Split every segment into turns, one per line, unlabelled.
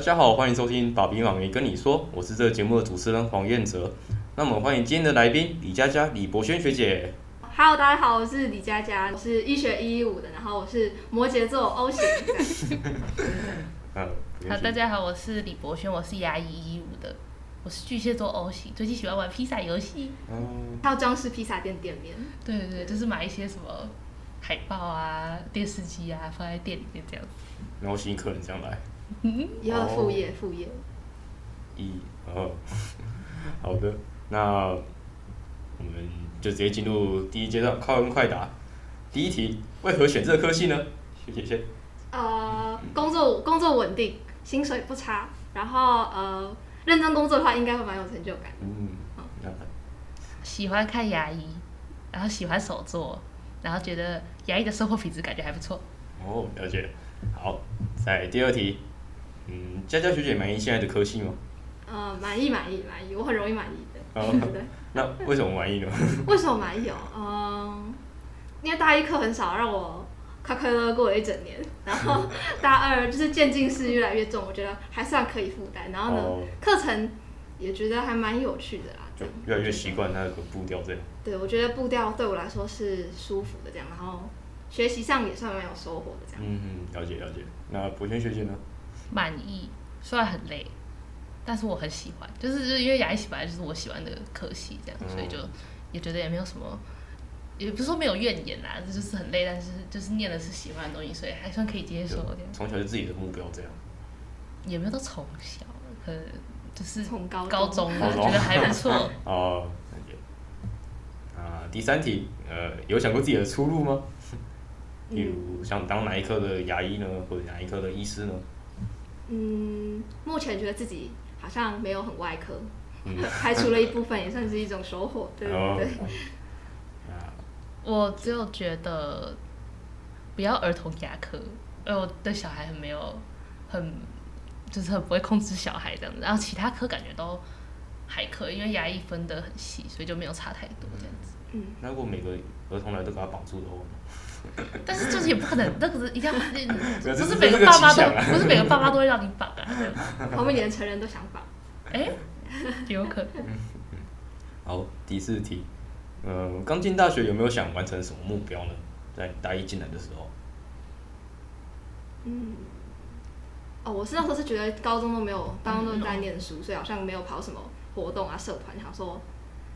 家好，欢迎收听《把比网没跟你说》，我是这个节目的主持人黄彦哲。那么欢迎今天的来宾李佳佳、李博轩学姐。
Hello，大家好，我是李佳佳，我是医学一一五的，然后我是摩羯座 O 型，这样
嗯，没
好，
问题
大家好，我是李博轩，我是牙医一五的，我是巨蟹座 O 型，最近喜欢玩披萨游戏。
嗯，
还有装饰披萨店店面。
对对对，就是买一些什么海报啊、电视机啊，放在店里面这样子。
然后吸引客人这样来。
以后的副业，副业。
一，二，好的，那我们就直接进入第一阶段，快问快答。第一题，为何选这科系呢？学姐先。
呃，工作工作稳定，薪水不差，然后呃，认真工作的话，应该会蛮有成就感。
嗯，那
喜欢看牙医，然后喜欢手作，然后觉得牙医的生活品质感觉还不错。
哦，了解。好，在第二题，嗯，佳佳学姐满意现在的科系吗？
呃，满意满意满意，我很容易满意的。
哦
对，
那为什么满意呢？
为什么满意哦？嗯、因为大一课很少，让我快快乐乐过了一整年。然后大二就是渐进式越来越重，我觉得还算可以负担。然后呢
哦，
课程也觉得还蛮有趣的啦。这
就
样
越来越习惯它的步调这样。
对，我觉得步调对我来说是舒服的，这样，然后学习上也算蛮有收获的，这样。
嗯，了解了解。那博轩学姐呢？
满意，虽然很累，但是我很喜欢，就是就是因为牙医系本来就是我喜欢的科系，这样，
嗯
所以就也觉得也没有什么，也不是说没有怨言啦，这就是很累，但是就是念的是喜欢的东西，所以还算可以接受这样，
从小就自己的目标这样。
也没有到从小，可能就是
从高中
高中
高
啊，
中
觉得还不错。
哦，了解。啊，第三题，呃，有想过自己的出路吗？
嗯
比如想当哪一科的牙医呢，或者哪一科的医师呢？
嗯，目前觉得自己好像没有很外科，
嗯，
排除了一部分，也算是一种收获，对
哦
对对。
啊，
我只有觉得不要儿童牙科，因为我对小孩很没有很就是很不会控制小孩这样子，然后其他科感觉都还可以，因为牙医分得很细，所以就没有差太多这样子。
嗯，
那如果每个儿童来都给他绑住的话呢，
但是就是也不可能，那个是一定要
这
不
这
是每
这个
个爸妈
奇
都
想啊
不是每个爸妈都会让你绑啊，这样 子
后面连成人都想法。
哎，有可能。
好，第四题，嗯，刚进大学有没有想完成什么目标呢？在大一进来的时候，
嗯，哦，我是那时候是觉得高中都没有，高中都在念书，所以好像没有跑什么活动啊、社团，想说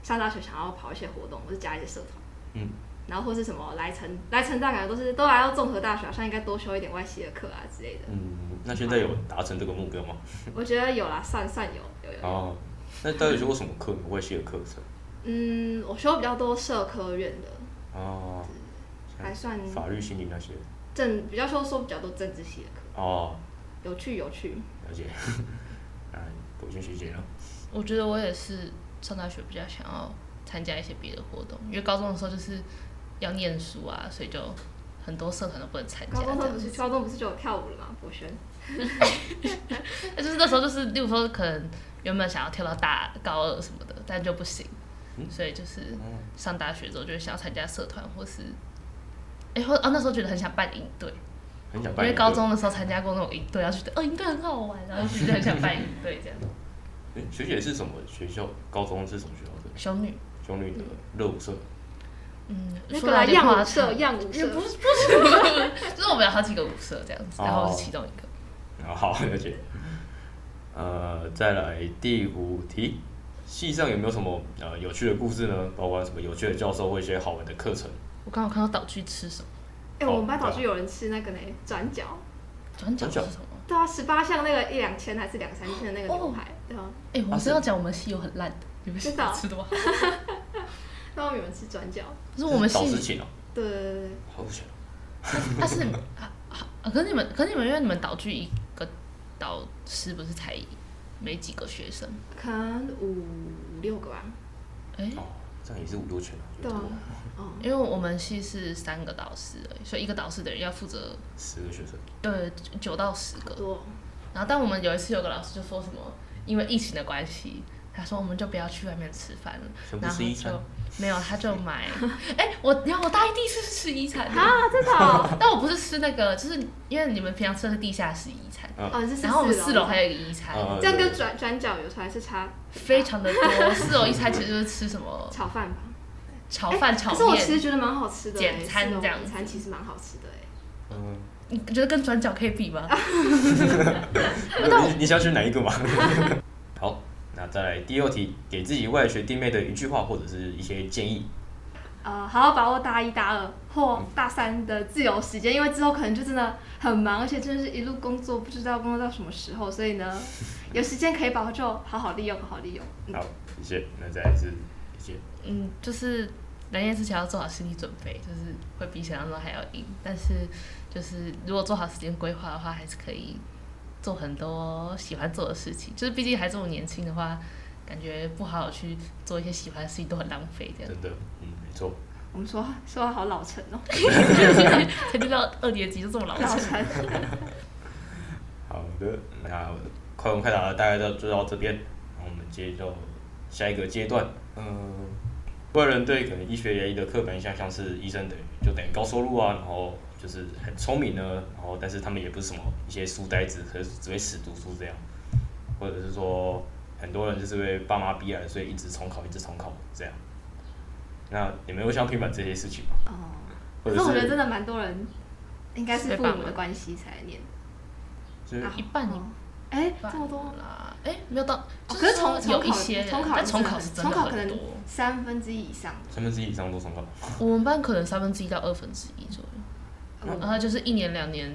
上大学想要跑一些活动，或是加一些社团。
嗯。
然后或是什么来成来成大感觉都是都来到综合大学，好像应该多修一点外系的课啊 之类的。
嗯，那现在有达成这个目标吗？
我觉得有啦，算算有有有。
哦，那到底修过什么课？外系的课程？
嗯，我修比较多社科院的，
哦，
还算
法律、心理那些。
政比较说说比较多政治系的课，
哦，
有趣有趣。
了解。 那博君学姐呢？
我觉得我也是上大学比较想要参加一些别的活动，因为高中的时候就是要念书啊，所以就很多社团都不能参加
高
这
中
样
不是
子。
高中不是就有跳舞了吗？博轩，
那哎就是那时候就是，例如说可能原本想要跳到大高二什么的，但就不行，所以就是上大学之后就想要参加社团或是。哎、或哦，那时候觉得很想办营队，
很想
因
办一
为
个
高中的时候参加过那种营队，然后觉得哦营队很好玩，然后 就觉得很想办营队这样。
诶学姐是什么学校？高中是什么学校的？
熊女，
兄女的热舞社。
嗯，
那
说
个
来
啦
有点
样
夸
舞社
张
样舞
也
社
不，是不是， 就是我们有好几个舞社这
哦
样子，然后我是其中一个。
啊，好， 了解。呃，再来第五题，系上有没有什么呃有趣的故事呢？包括什么有趣的教授或一些好玩的课程？
我刚好看到岛剧吃什么，
哎、我们班
哦对啊
导师有人吃那个呢转角，
转角
转角
是什么？
对啊，十八巷那个一两千还是两三千的那个牛
哦
排，对啊，
哎、我
啊
们
是
真要讲我们系有很烂的，你们系
知道
吃 的吗？
那我们有人吃转角，
可是我们
导师
系，
请哦，
对对对对，
好险哦。
他是 啊啊，可是你们，可是你们因为你们岛剧一个导师不是才没几个学生，
可能五五六个吧，
哎、
哦，这样也是五六千啊，有
对
点
啊
多，
哦，
因为我们系是三个导师而已，所以一个导师的人要负责
十个学生。
对九到十
好
个，
多哦，
然后，但我们有一次有个老师就说什么，因为疫情的关系，他他说我们就不要去外面吃饭了，
全部
然后
吃一
就
餐，
没有，他就买， 哎、我然后我大一第一次吃一餐，
啊，真的哦，
但我不是吃那个，就是因为你们平常吃的是地下室一餐，
哦，这是
然后我们四
四
楼还有一个一餐，
啊
这样跟转转角有出来是差
非常的多。四楼一餐其实就是吃什么
炒饭吧？
炒饭、
哎
炒
可是我其实
面，
觉得蛮好吃的欸，
简餐
四楼
这样
简
子
餐其实蛮好吃的哎。
嗯，
你觉得跟转角可以比吗？
你你想选哪一个嘛？ 好，那再来第二题，给自己外学弟妹的一句话或者是一些建议。
呃，好好把握大一、大二或大三的自由时间，因为之后可能就真的很忙，而且真的是一路工作，不知道工作到什么时候，所以呢，有时间可以把握就好好利用，好好利用。嗯
好，谢谢。那再来是谢谢。
嗯，就是来年之前要做好心理准备，就是会比想象中还要硬。但是就是如果做好时间规划的话，还是可以做很多喜欢做的事情。就是毕竟还这么年轻的话，感觉不好好去做一些喜欢的事情都很浪费 这样。
真的，嗯，没错。
我们说说话好老成哦，
才进到二年级就这么老
老
成，
成。
好的，那快问快答大概到就到这边，那我们接着下一个阶段。嗯，外人对可能医学研一的刻板印象，像是医生等于就等于高收入啊，然后就是很聪明呢，然后但是他们也不是什么一些书呆子，可是只会死读书这样，或者是说很多人就是被爸妈逼来，所以一直重考，一直重考这样。那你们有想平反这些事情吗？
哦，
或
可
者
是我觉得
是
真的蛮多人，应该是
被
父
爸
母的
妈
关系才念。
就是
啊
一半一
哦哎，
半
这么多。
啦，哎、没有到，
哦
就
可是 重重
有一
考
些人，
重考
但重考
是
是
真的
真的
重考可
很
能
多。
三分之一以上，
三分之一以上都重考，
我们班可能三分之一到二分之一左右，
嗯
然后就是一年、两年、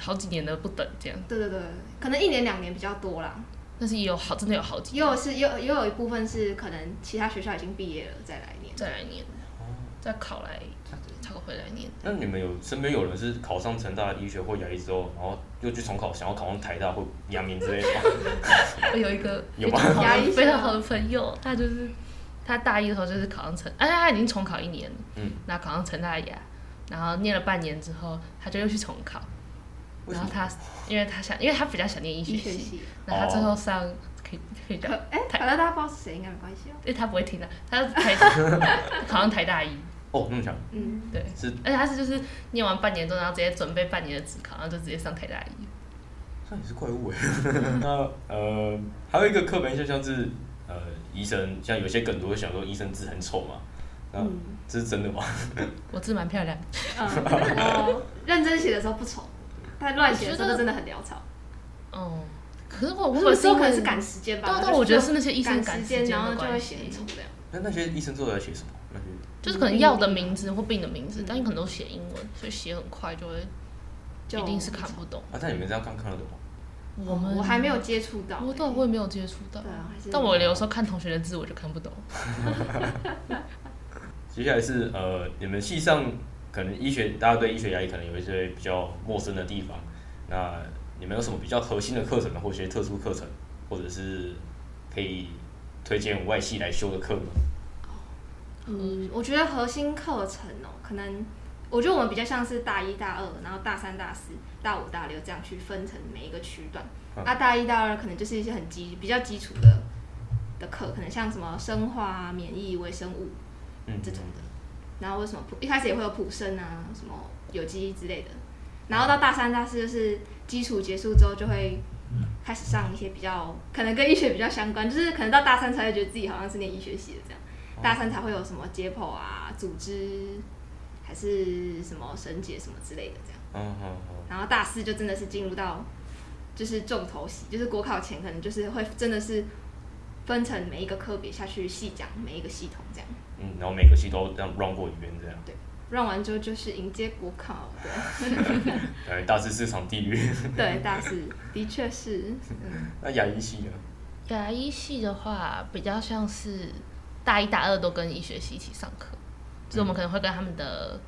好几年的不等这样。
对对对，可能一年两年比较多啦，
但是也有好，真的有好几
也有是也有也有一部分是可能其他学校已经毕业了再来念。
再来念，
哦
再考来，考回来念。
那你们有身边有人是考上成大医学或牙医之后，然后又去重考，想要考上台大或阳明之类的吗？
我有一个
有
非
吗
常好
牙医
的
生
非常好的 朋友，他就是他大一的时候就是考上成，哎，他已经重考一年了，
嗯，
然后考上成大牙，然后念了半年之后，他就又去重考，
为
然
什
后
么？
他因为他想，因为他比较想念医
医
学
学
系，
系，
然后他最后上可以可以
可
讲，
哎，反正大家不知道是谁，应该没关系啊。
因为他不会听的，他台 考上台大医，
哦，那么 强
嗯，
对，
是
而且他是就是念完半年之后，然后直接准备半年的职考，然后就直接上台大医。
那你是怪物哎。那呃，还有一个刻板印象像是呃医生，像有些梗都会想说医生字很丑嘛，那、
嗯
这是真的吗？
我字蛮漂亮的，
嗯， 我认真写的时候不丑，但乱写的时候就真的很潦草。
嗯，可是我
可是
我
有时候可能
因为
是赶时间吧
对啊，
就
对啊我觉得是
就
那些医生
赶
赶
时
时
间，
间的
然后就会
关
写很
系
丑这样。
那那些医生做的在写什么？那些
就是可能药的名字或病的名
嗯
字，但你可能都写英文，所以写很快就会
就
一定是看不懂。
啊，但你们这样看看得懂吗？
我们
我还没有接触到欸，
我对我也没有接触到
对，啊，还是
但我有时候看同学的字我就看不懂。
接下来是呃，你们系上呃可能医学，大家对医学牙医可能有一些比较陌生的地方。那你们有什么比较核心的课程呢，或一些特殊课程，或者是可以推荐外系来修的课吗？
嗯，我觉得核心课程哦，可能我觉得我们比较像是大一、大二，然后大三、大四、大五、大六这样去分成每一个区段。
嗯
啊，大一、大二可能就是一些很基比较基础的的课，可能像什么生化啊、免疫、微生物
嗯，
这种的。然后为什么普一开始也会有普生啊，什么有机之类的。然后到大三、大四就是基础结束之后，就会开始上一些比较可能跟医学比较相关，就是可能到大三才会觉得自己好像是念医学系的这样。大三才会有什么解剖啊、组织还是什么神解什么之类的这样。
嗯好好，
然后大四就真的是进入到就是重头戏，就是国考前可能就是会真的是分成每一个科别下去细讲每一个系统这样。
嗯，然后每个系都这样 run 过一遍，这样，
让完之后就是迎接国考，对
感觉大致市场地域。
对，大四的确是，嗯，
那牙医系呢？
牙医啊系的话，比较像是大一、大二都跟医学系一起上课，就是我们可能会跟他们的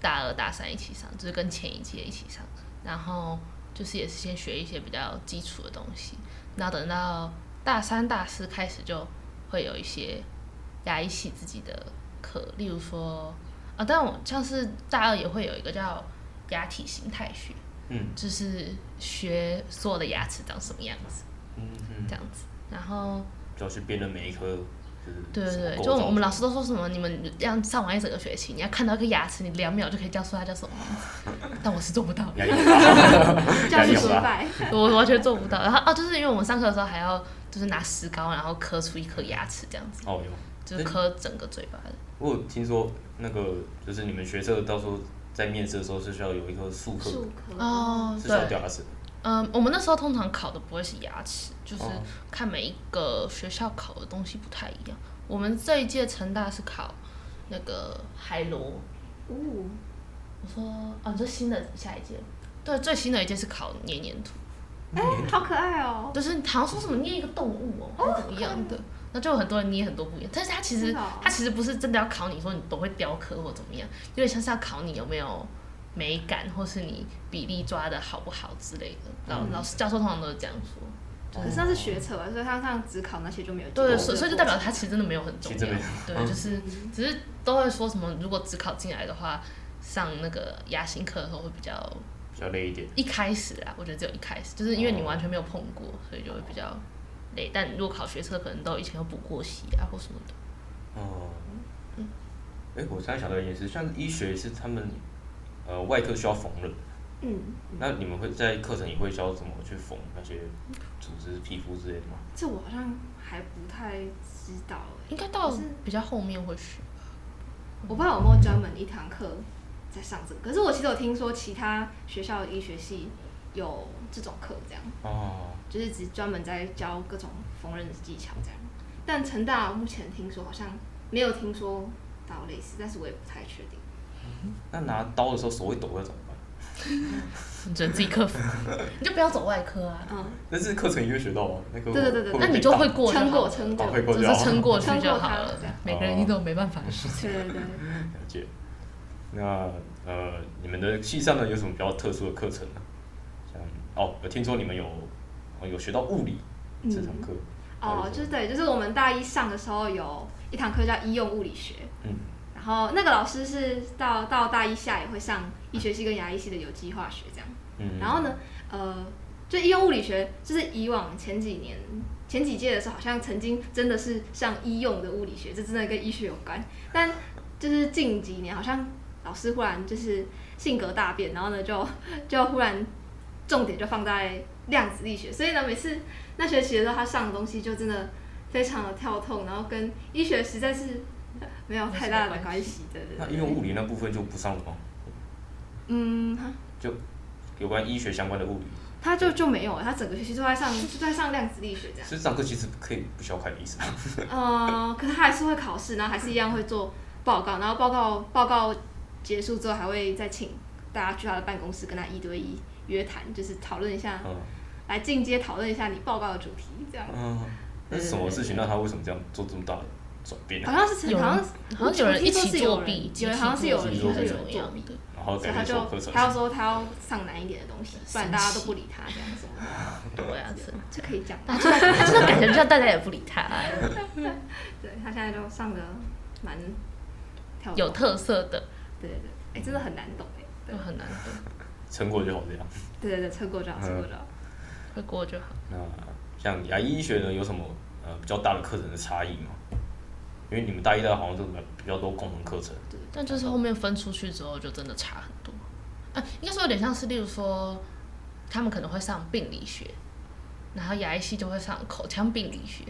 大二、大三一起上，就是跟前一届一起上，然后就是也是先学一些比较基础的东西，然后等到大三、大四开始就会有一些牙医系自己的课，例如说啊，但我像是大二也会有一个叫牙体形态学，
嗯，
就是学所有的牙齿长什么样子。
嗯嗯
这样子。然后
就要去辨认每一科就是
对
什么
对对，
构
就我们
造
我们老师都说什么，你们要上完一整个学期，你要看到一个牙齿，你两秒就可以叫出它叫什么，但我是做不到 的，
压力很大
教
压
育
力
失
很大。
败，
我完全做不到。然后哦，就是因为我们上课的时候还要就是拿石膏，然后刻出一颗牙齿这样子，
哦，有。
就是刻整个嘴巴的。
我有听说那个就是你们学测到时候在面试的时候是需要有一个术课，
术科，
哦，
是需要
对
掉，牙齿的。
嗯，我们那时候通常考的不会是牙齿，就是
哦
看每一个学校考的东西不太一样。我们这一届成大是考那个海螺，
哦，
我说哦，你说新的下一届，对，最新的一届是考黏黏土。
哎，好可爱哦，
就是好像说什么捏一个动物哦，还是怎么样的，那就有很多人捏很多不一样。但是它其
真
实
的哦
它其实不是真的要考你说你多会雕刻或怎么样，有点像是要考你有没有美感，或是你比例抓的好不好之类的。老、老师教授通常都是这样说，
可是那是学测吧，所以他上只考那些就没有进步。
对，嗯所以所以就代表它其实真的没有很重
其实
要
真的，
对，就是只是都会说什么如果只考进来的话，上那个牙形课的时候会比较
比较累一点。
一开始啊，我觉得只有一开始，就是因为你
哦
完全没有碰过，所以就会比较累。但如果考学测，可能都以前有补过习啊或什么的。
哦。
嗯
哎、我突然想到一件事，像医学是他们呃外科需要缝纫，
嗯，
那你们会在课程也会教怎么去缝那些组织、皮肤之类的吗？
这我好像还不太知道哎，
应该到
可是
比较后面会学。
我不知道有没有专门一堂课在上这个。可是我其实有听说其他学校的医学系有这种课，这样
哦，
就是只专门在教各种缝纫技巧这样。但成大目前听说好像没有听说到类似，但是我也不太确定。
那拿刀的时候手会抖要怎么办？
你只能自己克服，你就不要走外科啊，
嗯，
但是课程也会学到啊，那个
对对对
会
对
不
那
会
你就
被
会
打
过就好
撑过
了
撑过
哦，会过
只
就好
是撑过去
撑
就
过
好
它
了
这样。
每个人一定都有 没办法的事情。
对对对。
了解。那呃，你们的系上呢有什么比较特殊的课程呢？像哦，有听说你们有哦有学到物理这堂课，
嗯哦，就是对，就是我们大一上的时候有一堂课叫医用物理学，
嗯，
然后那个老师是到到大一下也会上医学系跟牙医系的有机化学这样。
嗯，
然后呢，呃，就医用物理学，就是以往前几年、前几届的时候，好像曾经真的是上医用的物理学，这真的跟医学有关。但就是近几年，好像老师忽然就是性格大变，然后呢，就 就忽然重点就放在量子力学，所以呢，每次那学期的时候，他上的东西就真的非常的跳痛，然后跟医学实在是 呃没有太大的关系，对对
那
对。
应用物理那部分就不上了吗？
嗯，哈
有关医学相关的物理，
他就就没有了，他整个学期都在上就在上量子力学这样。
所以这堂课其实可以不需要看 医生。
呃，可是他还是会考试，然后还是一样会做报告，然后报告报告结束之后，还会再请大家去他的办公室跟他一对一约谈，就是讨论一下，
嗯
来进阶讨论一下你报告的主题，这样。
嗯，那是什么事情让他为什么这样做这么大的转变呢
好？像是
有
好
人
像是
好像有人一
我听说
起
是
作
有人
弊，
有人好像是有
集
人
体作
就是
弊
有
怎么
作
样
弊
的，？
然后
所以
改变
他就
什么课程
他？要说他要上难一点的东西，不然大家都不理他这样 子，
对啊， 是
这可以讲。
他就他就是感觉像大家也不理他，啊
对他现在就上的蛮跳
有
动
特色的
对对对，哎、真的很难懂哎、
就很难得，
成果就好这样。
对对对，撑过就好，撑过就好。
会过就好。
那像牙医学呢，有什么呃比较大的课程的差异吗？因为你们大一、大二好像都比较多共同课程，
但就是后面分出去之后，就真的差很多。啊，应该说有点像是，例如说，他们可能会上病理学，然后牙医系就会上口腔病理学。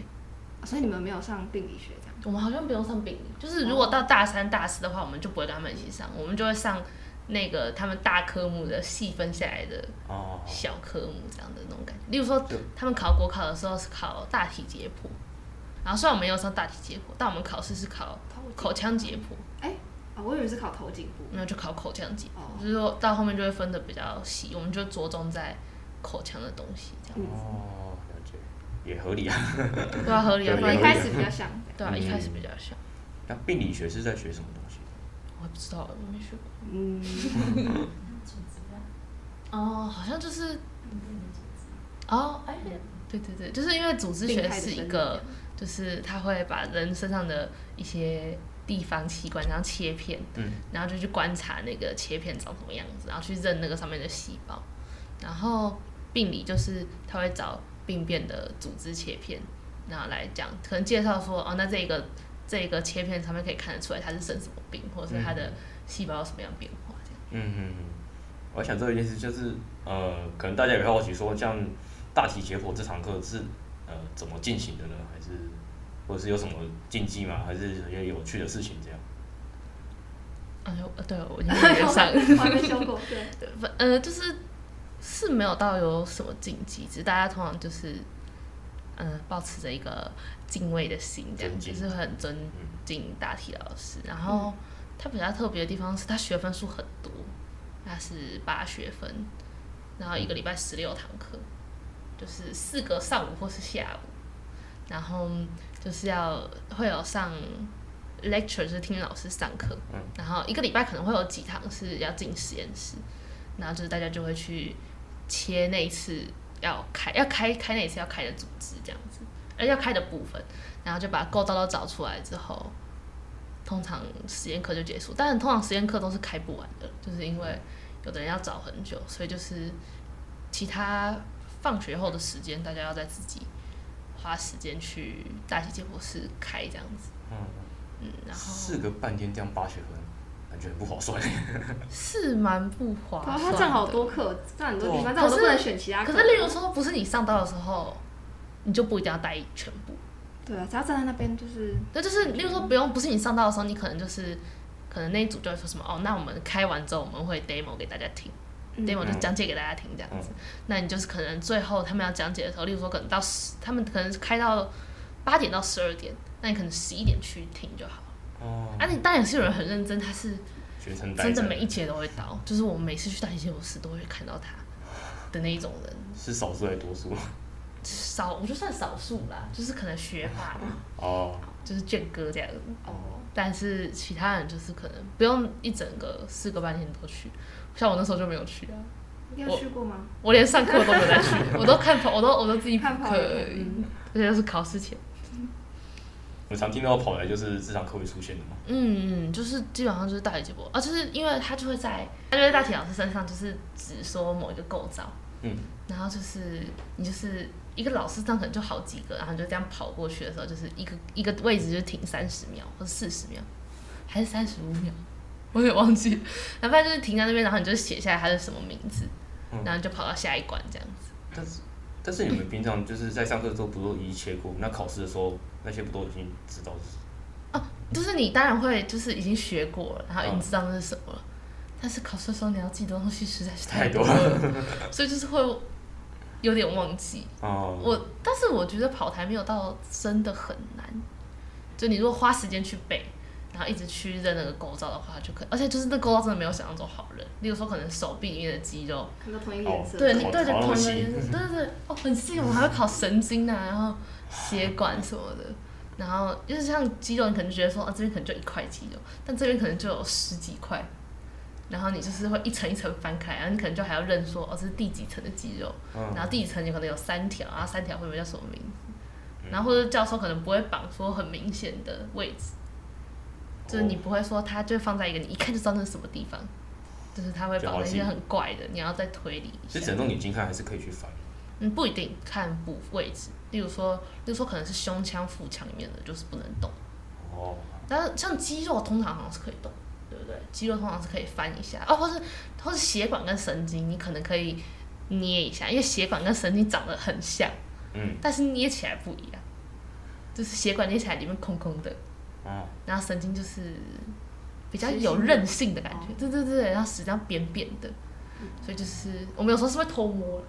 啊所以你们没有上病理学这样？
我们好像不用上病理，就是如果到大三、大四的话，我们就不会跟他们一起上，我们就会上那个他们大科目的细分下来的
哦，
小科目这样的那种感觉。例如说
对，
他们考国考的时候是考大体解剖，然后虽然我们没有上大体解剖，但我们考试是考口腔解剖。
啊、我以为是考头颈部。
那就考口腔解
哦
剖，就是说到后面就会分的比较细，我们就着重在口腔的东西这样，
嗯
哦，了解，也合理啊。
对啊，合理啊，
对
不
我
然
一
一
开
开
始比较像，
对啊，
嗯
一开始比较像，
那病理学是在学什么东西？
我也不知道，我没学过。
嗯，
哦，好像就是，哦，哎，对对对，就是因为组织学是一个， 就是他会把人身上的一些地方器官，然后切片，
嗯，
然后就去观察那个切片长什么样子，然后去认那个上面的细胞。然后病理就是他会找病变的组织切片，然后来讲，可能介绍说哦，那这个 这个切片上面可以看得出来它是生什么病，或者是它的细胞有什么样的变化这样。
嗯嗯嗯，我想这一件事就是，呃，可能大家也会好奇说，像大体解剖这堂课是呃怎么进行的呢？还是或者是有什么禁忌吗？还是有些有趣的事情这样？
哎呦，呃对，我已经没 上。
我还没修过， 对，
不呃，就是是没有到有什么禁忌，只是大家通常就是，嗯、呃，保持着一个敬畏的心，这样
尊敬
就是很尊
嗯
敬大体老师。然后他比较特别的地方是，他学分数很多，他是八学分，然后一个礼拜十六堂课，就是四个上午或是下午，然后就是要会有上 lecture，就是听老师上课，
嗯
然后一个礼拜可能会有几堂是要进实验室，然后就是大家就会去切那一次要开要开开那一次要开的组织这样子，呃要开的部分，然后就把构造都找出来之后，通常实验课就结束。但是通常实验课都是开不完的，就是因为有的人要找很久，所以就是其他放学后的时间，大家要在自己花时间去大体解剖室开这样子。
嗯，
嗯，然后
四个半天这样八学分，感觉很不划算。
是蛮不划
哇，
算的。
他占好多课，占很多地方，
对
但我都
可是
不能选其他课。
可是，例如说，不是你上刀的时候，你就不一定要待全部。
对啊，只要站在那边就是
那就是，例如说，不用，不是你上刀的时候，你可能就是，可能那一组就会说什么，哦，那我们开完之后，我们会 demo 给大家听、
嗯
d e m o 就讲解给大家听这样子。那你就是可能最后他们要讲解的时候，例如说，可能到十，他们可能开到八点到十二点，那你可能十一点去听就好。
哦，
啊，你当然也是有人很认真，他是
学生呆
真的
着
每一节都会到，就是我每次去大型解剖室都会看到他的那一种人。
是少数还是多数？
少，我就算少数啦，就是可能学霸，
哦，
就是卷哥这样子。
哦，
但是其他人就是可能不用一整个四个半天都去，像我那时候就没有去啊，
你有去过吗？
我连上课都没有 再去，我都看跑，我都我都自己补
看跑
课
的
而已，
嗯
而且都是考试前。
我常听到跑来就是这堂课会出现的嘛。
嗯，嗯，就是基本上就是大体解剖啊，就是因为他就会在，他就会在大体老师身上就是只说某一个构造，
嗯，
然后就是你就是一个老师上可能就好几个，然后你就这样跑过去的时候，就是一个一个位置就停三十秒或者四十秒，还是三十五秒，我也忘记了，然后反正就是停在那边，然后你就写下来他是什么名字，
嗯
然后你就跑到下一关这样子。
但是但是你们平常就是在上课的时候不都一一切过？那考试的时候那些不都已经知道是？
就是你当然会就是已经学过了，然后已经知道那是什么了，但是考试的时候你要记得东西实在是太多了，所以就是会有点忘记。
哦，
我但是我觉得跑台没有到真的很难，就你如果花时间去背，然后一直去认那个构造的话，就可而且就是那构造真的没有想象中好认。例如说可能手臂里面的肌肉，
看到同一个颜色，
哦对，你
考
对着
考那
同
么
一个
细
颜色，对对对，哦，很细，我们还会考神经啊，然后血管什么的。然后就是像肌肉，你可能觉得说啊，这边可能就一块肌肉，但这边可能就有十几块，然后你就是会一层一层翻开，然后你可能就还要认说哦，这是第几层的肌肉，然
嗯，
后第一层有可能有三条，然后三条会不会叫什么名字？
嗯
然后或者教授可能不会绑说很明显的位置，就是
哦
你不会说它就放在一个你一看就知道那是什么地方，就是它会
就
绑
好
在一些
记
很怪的，你要再推理一
是
下
整。弄眼睛看还是可以去翻？
嗯，不一定看部位置，例如说，例如说可能是胸腔、腹腔里面的就是不能动，
哦，
但是像肌肉通常好像是可以动，对不对？肌肉通常是可以翻一下，哦，或是或是血管跟神经，你可能可以捏一下，因为血管跟神经长得很像。
嗯，
但是捏起来不一样，就是血管捏起来里面空空的，
哦，
然后神经就是比较
实心
有
的
韧性的感觉
哦，
对对对，然后实际上扁扁的，所以就是我们有时候是会偷摸，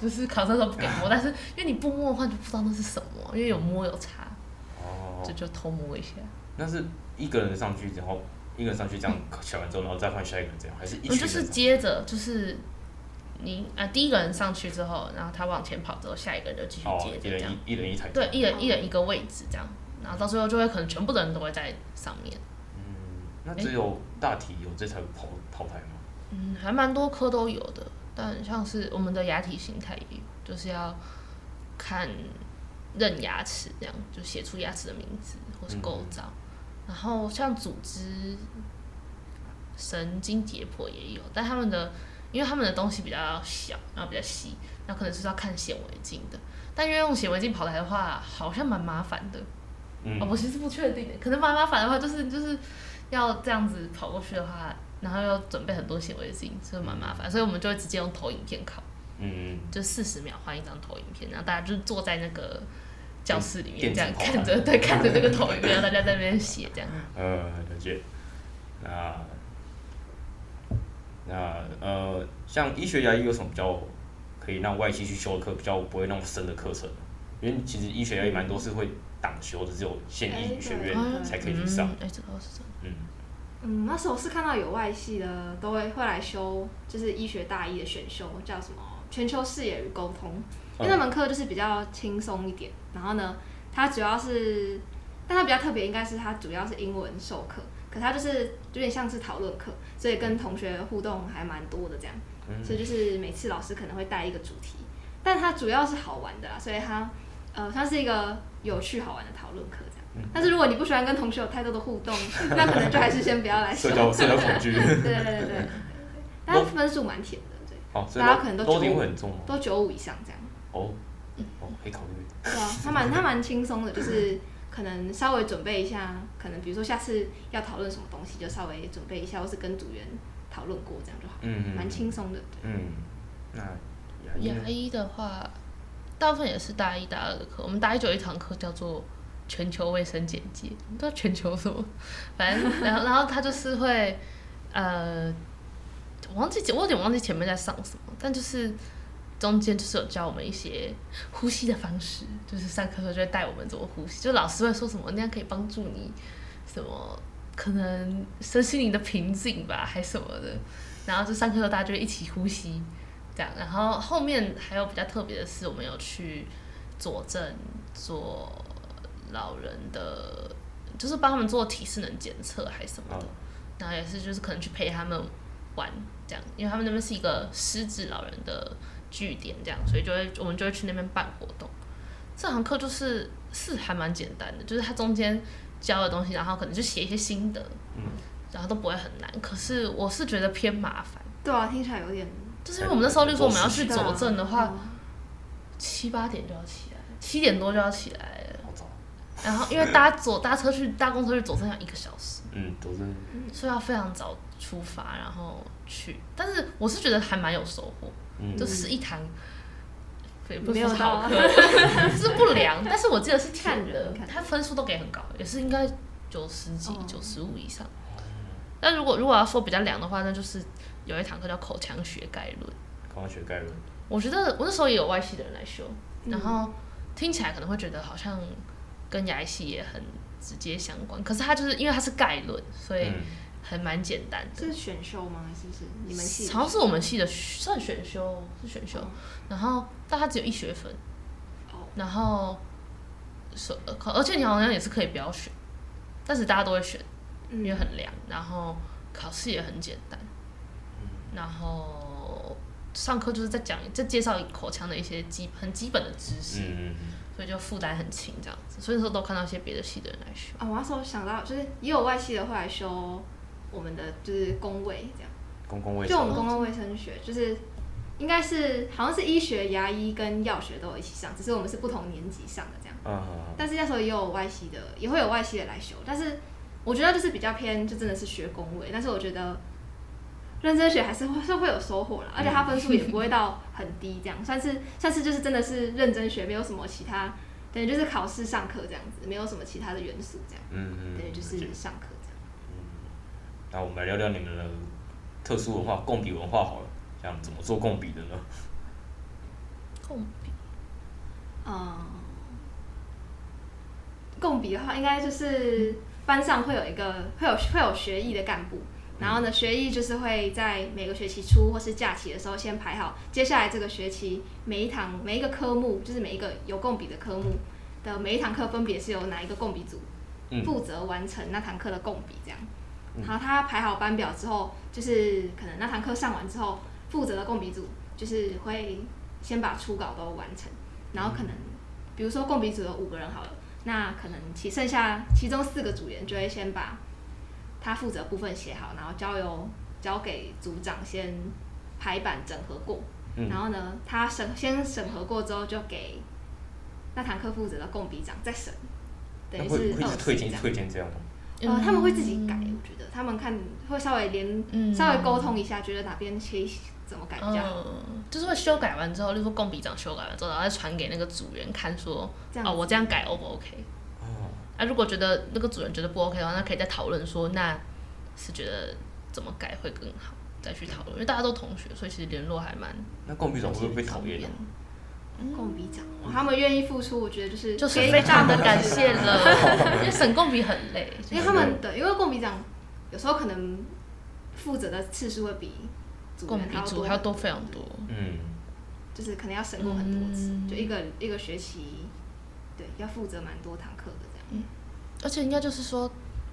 就是考试的时候 不敢摸，但是因为你不摸的话就不知道那是什么，因为有摸有查，
哦
就，就偷摸一下。
那是一个人上去，然后一个人上去这样写完之后，然后再换下一个人这样，还是一
我
群
就
人
是
上去？
接着就是你啊、第一个人上去之后，然后他往前跑之后，下一个人就继续
哦一
接，着这样
人，一一人一台。
对，一人一人一个位置这样，然后到最后就会可能全部的人都会在上面。
嗯，那只有大体有这台跑跑台吗？
嗯，还蛮多科都有的，但像是我们的牙体形态也有，就是要看认牙齿这样，就写出牙齿的名字或是构造。然后像组织神经解剖也有，但他们的因为他们的东西比较小，然后比较细，那可能就是要看显微镜的。但因为用显微镜跑台的话，好像蛮麻烦的。
嗯
哦，我其实不确定的，可能蛮麻烦的话，就是就是要这样子跑过去的话，然后要准备很多显微镜，所以蛮麻烦。所以我们就会直接用投影片考，
嗯，
就四十秒换一张投影片，然后大家就坐在那个教室里
电
面
子
这样
跑台
看着， 对，看着这个投影片，然后大家在那边写这样。
呃，了解。那那呃，像医学牙医有什么比较可以让外系去修的课，比较不会那么深的课程？因为其实医学牙医蛮多是会挡修的，只有县医
哎
学院
啊
哦
才可以去上
嗯。哎、这倒是真的。
嗯，
嗯，那时候是看到有外系的都会会来修，就是医学大一的选修，叫什么全球视野与沟通，因为那门课就是比较轻松一点。然后呢，它主要是，但它比较特别，应该是它主要是英文授课，可它就是有点像是讨论课，所以跟同学互动还蛮多的这样。
嗯
所以就是每次老师可能会带一个主题，但它主要是好玩的啦，所以它呃算是一个有趣好玩的讨论课这
嗯
样。但是如果你不喜欢跟同学有太多的互 动，那可能就还是先不要来修。
社交社交恐惧。
对对对对对，但它分数蛮甜的，对，
哦，所以
大家可能都
楼
觉
顶
得
会很重吗？
都嗯九五以上这样。
哦，哦，可以考虑。
对啊，他蛮他蛮轻松的，就是可能稍微准备一下，可能比如说下次要讨论什么东西，就稍微准备一下，或是跟组员讨论过这样就好，
嗯，
蛮。轻松的。对
嗯，那牙医
牙
呢？
医的话，大部分也是大一、大二的课。我们大一就有一堂课叫做全球卫生简介，不知道全球什么，反正然后然后他就是会呃，我忘记我有点忘记前面在上什么，但就是中间就是有教我们一些呼吸的方式，就是上课的时候就会带我们怎么呼吸，就老师会说什么那样可以帮助你什么。可能身心灵的平静吧，还什么的，然后就上课的时候大家就一起呼吸，这样，然后后面还有比较特别的是，我们有去佐证做老人的，就是帮他们做体适能检测还是什
哦
么的，然后也是就是可能去陪他们玩这样，因为他们那边是一个失智老人的据点，这样，所以就会我们就会去那边办活动。这堂课就是是还蛮简单的，就是它中间教的东西，然后可能就写一些心得，
嗯
然后都不会很难。可是我是觉得偏麻烦，
对啊，听起来有点。
就是因为我们那时候就说我们要去
对啊
佐证的话，
嗯
七八点就要起来，七点多就要起来了，
好早。
然后因为搭左搭车去搭公车去左站要一个小时，
嗯，都是
所以要非常早出发，然后去。但是我是觉得还蛮有收获，
嗯
就，是一堂，对，不
没
是
有
说是好
到
课， 是不良。但是我记得是
看
甜的
人看，人
他分数都给很高，也是应该九十几
哦、
九十五以上。
嗯
但如果如果要说比较凉的话，那就是有一堂课叫口腔学概论。
刚刚学概论。
我觉得我那时候也有外系的人来修，
嗯
然后听起来可能会觉得好像跟牙医系也很直接相关，可是它就是因为它是概论，所以
嗯
还蛮简单的。
是选修吗？还是不是你们系？
好像是我们系的算选修，是选修
哦，
然后但它只有一学分，
哦，
然后所呃而且你好像也是可以不要选，但是大家都会选，
嗯
因为很凉，然后考试也很简单，然后上课就是在讲在介绍口腔的一些基很基本的知识，
嗯嗯
所以就负担很轻这样子，所以说都看到一些别的系的人来学。
啊，我那时候想到，就是也有外系的会来修我们的就是工位这样。
嗯，公共卫
就我们
生。
公共卫生学，就是应该是好像是医学、牙医跟药学都有一起上，只是我们是不同年级上的这样。
嗯，
但是那时候也有外系的，也会有外系的来修，但是我觉得就是比较偏，就真的是学工位。但是我觉得认真学还是会是会有收获啦，
嗯
而且他分数也不会到很低，这样算是算是就是真的是认真学，没有什么其他，等于就是考试上课这样子，没有什么其他的元素这样，
嗯嗯，
等于就
了
是
解
上课这样。
那我们来聊聊你们的特殊文化共笔文化好了，像怎么做共笔的呢？
共
嗯，共笔的话，应该就是班上会有一个会有会有学艺的干部，然后呢，学艺就是会在每个学期初或是假期的时候先排好，接下来这个学期每一堂每一个科目，就是每一个有共笔的科目的每一堂课分别是由哪一个共笔组
嗯
负责完成那堂课的共笔这样。
嗯
然后他排好班表之后，就是可能那堂课上完之后，负责的共笔组就是会先把初稿都完成，然后可能比如说共笔组有五个人好了，那可能其剩下其中四个组员就会先把他负责的部分写好，然后交由交给组长先排版整合过，
嗯
然后呢，他审先审核过之后就给那堂课负责的共笔长再审，等
那
于
会
是
会一
二
直
次
推
这
荐
样。
推荐这样吗？
呃，他们会自己改，我觉得他们看会稍微连、
嗯
稍微沟通一下，觉得哪边可以怎么改比较好，
嗯，就是会修改完之后，例如说共笔长修改完之后，然后再传给那个组员看说，
这样
哦，
子
我这样改 O 不 OK？
哦，
啊，如果觉得那个主人觉得不 OK 的话，那可以再讨论说，那是觉得怎么改会更好，再去讨论。因为大家都同学，所以其实联络还蛮
那共笔总会不会被讨厌啊？
共笔长，他们愿意付出，我觉得就是
啊
就是
给予
非常
大
的
家
感谢了， 因为省共笔很累，
因为他们的，因为共笔长有时候可能负责的次数会比组
共
员
笔
还要
组
多，
还要多非常多。
嗯，
就是可能要审过很多次，
嗯
就一个一个学期，对，要负责蛮多堂课的这样。
而且应该就是说，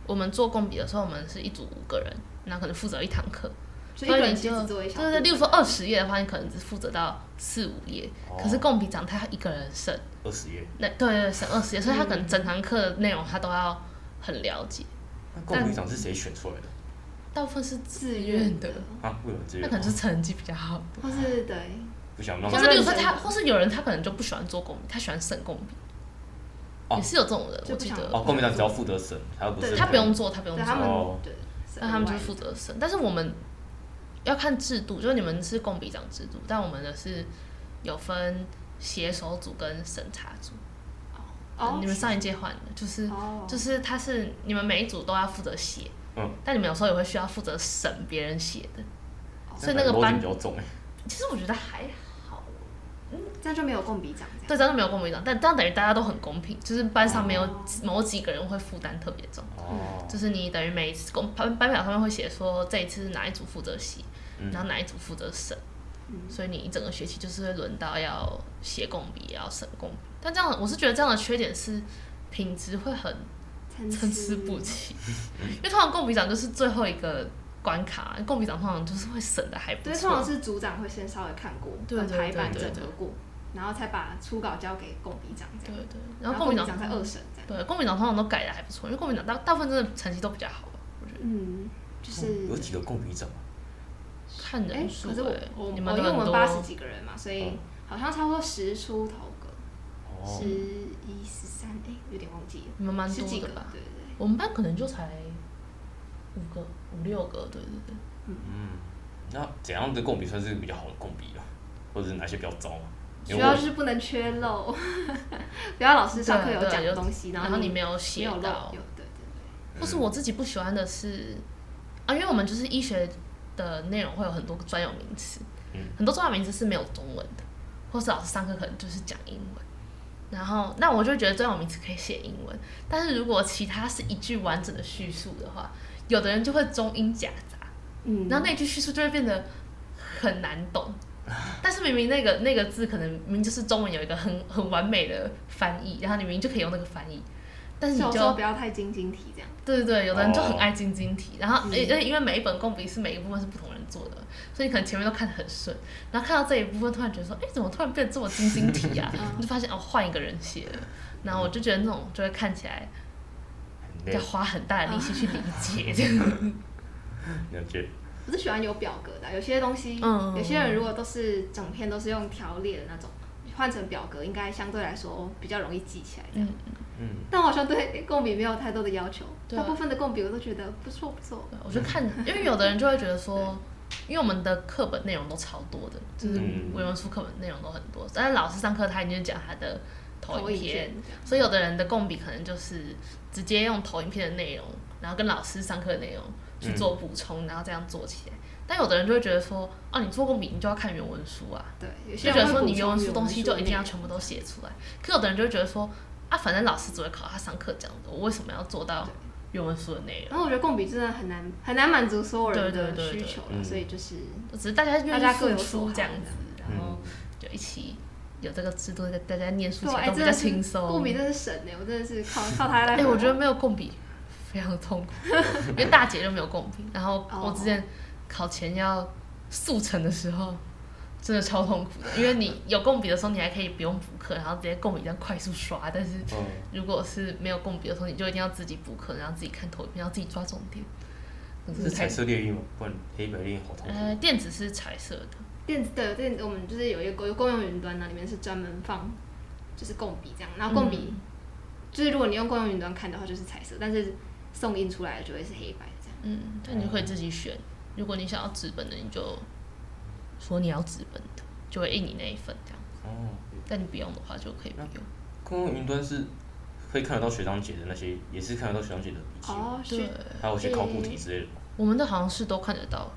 我们做共笔的时候，我们是一组五个人，那可能负责一堂课，
所以一个人
你
其
就
实只做一
对
小
对对，
部
例如说二十页的话，你可能只负责到四五页，
哦
可是共笔长他一个人审。
二十页，
那对对对，省二十页，所以他可
嗯
能整堂课的内容他都要很了解，
那共笔长是谁选出来的
大部分是
自
自
愿
愿
的
的，，
啊？为什么这
那
样
可？能是成绩比较好，
或是对，
不想
或
弄
是例如说
认真
他，或是有人他可能就不喜欢做公民，他喜欢省公民，
哦
也是有这种人，
就
我
不
记
想
哦，
得
共笔长只要负责审，他不是
对
他不用做，他不用
对
做，
他们
哦
对，是
那他们就
额外
负责省，但是我们要看制度，就是你们是共笔长制度，但我们的是有分写手组跟审查组，
哦，
你们上一届换的，就是
哦，
就是是他是你们每一组都要负责写，
嗯
但你们有时候也会需要负责审别人写的。所以那
感觉
个
loading
班
比较重哎，
其实我觉得还好，
这样就没有共笔长这样。
对，真的没有公平党，但这样等于大家都很公平，就是班上没有
哦
某几个人会负担特别重，
哦，
嗯就是你等于每一次公班班表上面会写说这一次是哪一组负责写，
嗯
然后哪一组负责审，
嗯
所以你一整个学期就是会轮到要写共笔，也要审共笔。但这样我是觉得这样的缺点是品质会很
参
参差不齐，因为通常共笔长就是最后一个关卡，共笔长通常就是会审的还不
对，通常
错。
是组长会先稍微看过，
对
跟
对
排版
对
整
对
合过，然后才把初稿交给共笔长这
对
样，
对，然
然
后
后
共
共
笔
笔
长
长在二审这样。
对，共笔长通常都改的还不错，因为共笔长大大部分真的成绩都比较好，啊我觉得
嗯，就是
有几个共笔长啊？
看
哎，
人数
可是我
哎，
我
你
我
们
因为
都很
我们
多
八十几个人嘛，所以
嗯
好像差不多十出头个，
哦
十，一十三，哎，有点忘记
你
了，
们蛮
十
多
几
的
个，
吧？
对对对，
我们班可能就才五个、五六个，对对对。
嗯，那怎样的共笔算是比较好的共笔啊？或者是哪些比较糟啊？因
主
为
要
我
就是不能缺漏， 不要老师上课有讲的东西，
然
后
后你
没
没有
没
写
有漏，
到
有，对对
或是我自己不喜欢的是啊，因为我们就是医学的内容会有很多专有名词，
嗯
很多专有名词是没有中文的，或是老师上课可能就是讲英文。然后，那我就觉得专有名词可以写英文，但是如果其他是一句完整的叙述的话，有的人就会中英夹杂，
对，嗯，
然后那句叙述就会变得很难懂。但是明明那个那个字可能明明就是中文有一个很很完美的翻译，然后你明明就可以用那个翻译，但是你
小
就
时候不要太晶晶体这样，
对对对，有的人就
哦
很爱晶晶体，然后
嗯
因为因为每一本共笔是每一部分是不同人做的，所以你可能前面都看得很顺，然后看到这一部分突然觉得说，哎，怎么突然变得这么晶晶体呀、
嗯
你就发现哦，换一个人写了，然后我就觉得那种就会看起来
很累
要，花很大的力气去理解这样。
了解。
我是喜欢有表格的，啊有些东西，
嗯
有些人如果都是整篇都是用条列的那种，换成表格应该相对来说比较容易记起来这样。
嗯
嗯，
但我好像对共笔没有太多的要求，
对啊
大部分的共笔我都觉得不错不错，
对，我就看，因为有的人就会觉得说，因为我们的课本内容都超多的，就是
嗯
文文书课本内容都很多，但是老师上课他已经讲他的投
投
影
影
片
片，这样
所以有的人的共笔可能就是直接用投影片的内容，然后跟老师上课的内容去做补充，然后这样做起来。但有的人就会觉得说，哦，你做共笔你就要看原文书啊，
对，有些
就
人
觉得
会
说
补
你原
充
文书东西就一定要
内容
全部都写出来。可有的人就会觉得说，啊，反正老师只会考他上课讲的，我为什么要做到
对
原文书的内容？
然后我觉得共笔真的很难很难满足所有人
对
的
对对对
需求了，
嗯
所以就是
只是大家
大
愿
家
意
各
付
有所
出
好
这样子，然后
嗯
就一起有这个制度，大家念书
对，
起
哎，
来都比
真
较
的是
轻松。
共笔真的是神哎、我真的是 靠靠它来。
哎、我觉得没有共笔非常痛苦，因为大姐就没有共笔。然后
哦
我之前考前要速成的时候，真的超痛苦的，因为你有共笔的时候，你还可以不用补课，然后直接共笔这样快速刷。但是
嗯，
如果是没有共笔的时候，你就一定要自己补课，然后自己看投影片，然后自己抓重点。可
是
是
彩
太
色猎鹰嘛，不然黑白猎鹰好痛苦。
呃电子是彩色的，
电子对电子，我们就是有一个公公用云端呢，里面是专门放就是共笔这样，然后共笔、就是如果你用公用云端看的话就是彩色，但是送印出来的就会是黑白的这样。
嗯，但你就可以自己选。如果你想要纸本的，你就说你要纸本的，就会印你那一份这样。
哦，
但你不用的话，就可以不用。
公共云端是可以看得到学长姐的那些，也是看得到学长姐的笔记，
哦，
对
学，
还有一些考古题之类的。
我们的好像是都看得到，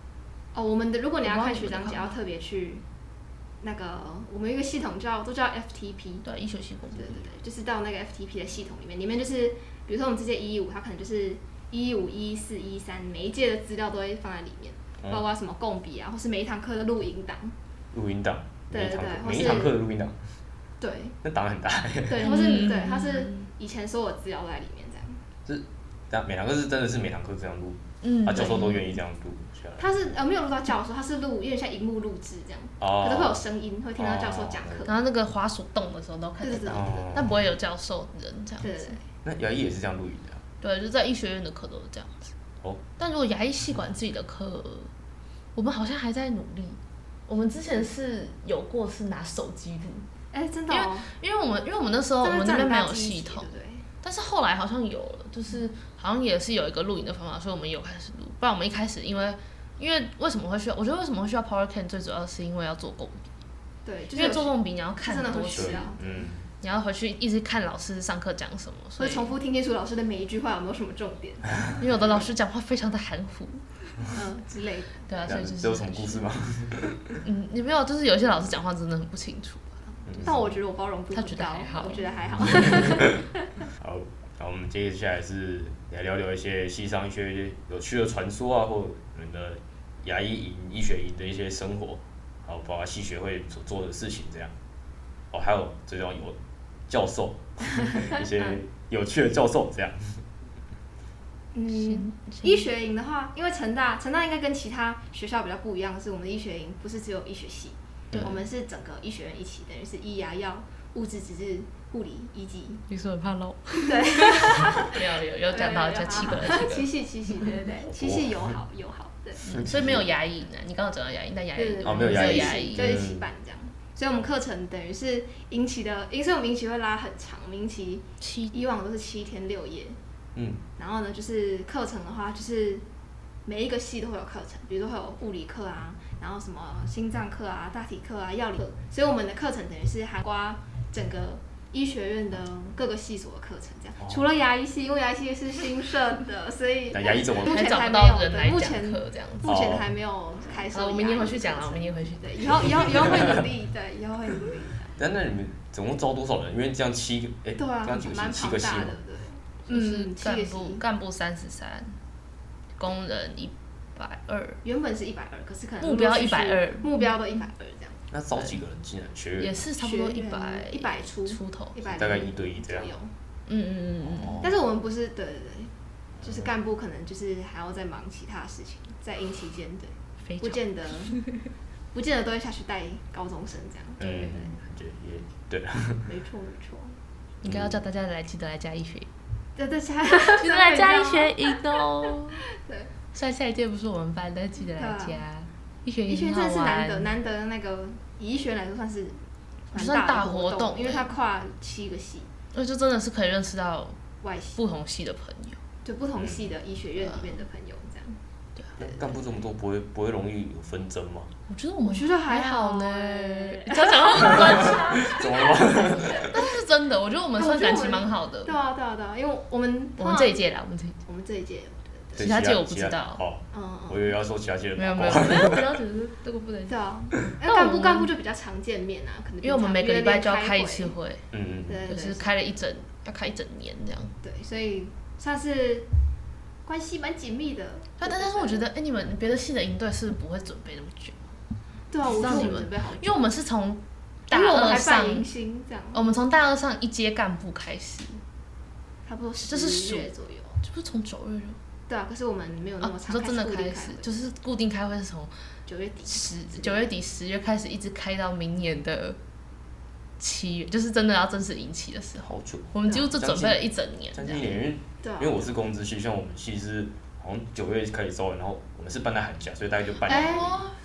哦，我们的如果你要
我不
看
知道
学
你们
长姐，
看
要
吗
特别去那个我们有一个系统叫都叫 FTP，
对啊，医学系公布
对对对，就是到那个 FTP 的系统里面，里面就是比如说我们这届一一五，它可能就是一一五、一四、一三，每一届的资料都会放在里面，包
嗯，
括什么共笔啊，或是每一堂课的录影档，
录音档，每一
对
堂课
对对
每一
或是
堂课的录音档，
对
那档案很大。
对，或是
嗯
对，它是以前所有资料都在里面这样。
但每堂课是真的是每堂课这样录，
嗯，
啊，教授
对
都愿意这样录下来。
它是呃没有录到教授，它是录有点像荧幕录制这样，可是会有
哦，
声音，会听到教授讲课。
然后那个滑鼠动的时候都看
对对
得
对
到，
哦
但不会有教授人这样
对对
子。
对，
那牙医也是这样录影的啊。
对，就在医学院的课都是这样子。
哦。
但如果牙医系管自己的课，我们好像还在努力。我们之前是有过是拿手机录，
哎，真的哦，
因为我们因为我们那时候我
这会
们那
占
边
很
没
大
有
记忆体
系统，
对不对？
但是后来好像有了，就是好像也是有一个录影的方法，所以我们有开始录。不然我们一开始因为因为为什么会需要？我觉得为什么会需要 Power Can 最主要是因为要做共笔，
对，就是
因为
有
做共笔你要看
真的
多
会
次
需，
对
要，
嗯，
你要回去一直看老师上课讲什么，所
会
以
重复听清楚老师的每一句话有没有什么重点，
因为有的老师讲话非常的含糊，
嗯之类的。
对啊，
这
所
样
以就
子
是
这有什么故事吗？
嗯，你没有，就是有一些老师讲话真的很不清楚吧。
但我觉得我包容度
他
很
觉得
高
还好
我觉得还好。
好，那我们接下来是来聊聊一些西上一些有趣的传说啊，或你们的牙医营、医学营的一些生活，还有包括系学会所做的事情这样。哦，还有最重要有教授， 一些有趣的教授这样。
嗯，
先
医学营的话，因为成大成大应该跟其他学校比较不一样，是我们的医学营不是只有医学系，
对
我们是整个医学院一起，等于是医牙药、物质、资质、护理、医技。
你是很怕漏，
对，
没有有有讲到叫七个
好好七系
七
七系，对对对，七系友好友好，对
个， 所以没有牙医呢。你刚刚讲到牙医，但牙
对
医
对对，
哦没有牙医
医，
就
对
一起办这样。所以我们课程等于是引起的，因为所以我们引起会拉很长，我们引起
七
以往都是七天六夜，
嗯，
然后呢，就是课程的话，就是每一个系都会有课程，比如说会有物理课啊，然后什么心脏课啊、大体课啊、药理课，所以我们的课程等于是涵盖整个医学院的各个系所的课程，这样。
哦
除了牙医系，因为牙医系是新设的，所以
那牙医怎么？
目
还
前
找
还
不
没有
到人来
对，目
讲
前
课这样子。
目前还没有开设牙医课程。
好，我明天回去讲了，啊我明天回去。
对，以后以后以后会努力，对，以后会努力的。
但那你们总共招多少人？因为这样七个，哎、
对啊
这样几，个系？
蛮
七
庞
个系
大
吗
的？，对。
就是
嗯，七
干
个
部
系，
干部三十三，工人一百二，
原本是一百二，可是可能
目标
陆陆续续
120
目标都一百二这样。
那招几个人进来？学
也
院
是差不多
学
一
员
百
100出
出头。
一百
大概一对一这
左
样。
右。
嗯嗯嗯嗯嗯，
哦
但是我们不是对对对，就是干部可能就是还要再忙其他事情，在营期间对，
非
不
常
见得不见得都会下去带高中生这样。
嗯，对，也对 了。
没错没错。
应该要叫大家来记得来嘉义学，
对对，其他
记
其
得来嘉义学营哦。
对，
虽然下一届不是我们班，但记得来
对
加。医学
医
营
学院
很
真的是
好
难得
玩，
难得那个以医学院来说算是蛮
算
大
大
的
活
活
动
因为
欸
它跨七个系
那就真的是可以认识到
外系，
不同系的朋友。
就不同系的医学院里面的朋友这样。
那干部这么多，不会不会容易有纷争吗？
我觉得我们
我觉得还好
好呢
欸，
你讲讲很关系，
怎么了吗？
但是真的，我觉得我
啊
们算感情蛮好的
对。啊对啊啊对啊，因为我们
我们这一届啦，我们这一届
我们这一届，
对
对对
其他届我不知道
哦，
嗯嗯
我以为要说其他届的哦
没有
报
没
告
有没
哦
有，不要觉得这个不 能讲，
对啊，
那
那干
我
部
们
干部就比较常见面啊，可能
因为我们每个礼拜就要开一次
约面
会，
嗯嗯，
开会，对
就
对对
是开了一整要开一整年这样。
对，所以算是关系蛮紧密的。
但但是我觉得，哎，你们别的系的营队是不会准备那么久，
对啊，我
知
觉
道
得我
你
们
们
准备好，
因为我们是从大
因为我们
二
还
上
办，迎新这样，
我们从大二上一阶干部开始，
差不多
这是
10月
暑
左右。
就是从九月就
对啊，可是我们没有那
啊
么，
你
长，
说真的开
始，
始
固定
就是固定开会是从
会九月底。
十九月底十月开始，一直开到明年的七月，就是真的要正式引起的时候，
好久，
我们几乎就准备了一整年这
将近
样。
一年，因为
对啊
因为，我是工资系，像我们系是好像九月开始收了，然后我们是办在寒假，所以大概就半
哎
年。